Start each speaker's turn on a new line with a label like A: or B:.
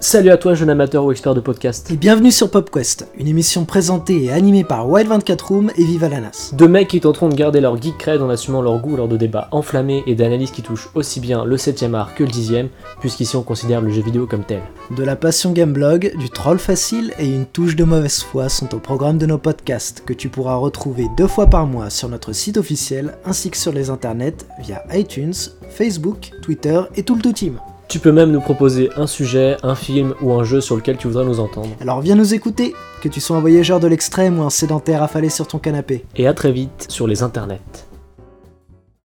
A: Salut à toi, jeune amateur ou expert de podcast.
B: Et bienvenue sur PopQuest, une émission présentée et animée par Wild24 Room et Viva Lanas.
A: Deux mecs qui tenteront de garder leur geek cred en assumant leur goût lors de débats enflammés et d'analyses qui touchent aussi bien le 7ème art que le 10ème, puisqu'ici on considère le jeu vidéo comme tel.
B: De la passion gameblog, du troll facile et une touche de mauvaise foi sont au programme de nos podcasts que tu pourras retrouver deux fois par mois sur notre site officiel ainsi que sur les internets via iTunes, Facebook, Twitter et tout le tout team.
A: Tu peux même nous proposer un sujet, un film ou un jeu sur lequel tu voudrais nous entendre.
B: Alors viens nous écouter, que tu sois un voyageur de l'extrême ou un sédentaire affalé sur ton canapé.
A: Et à très vite sur les internets.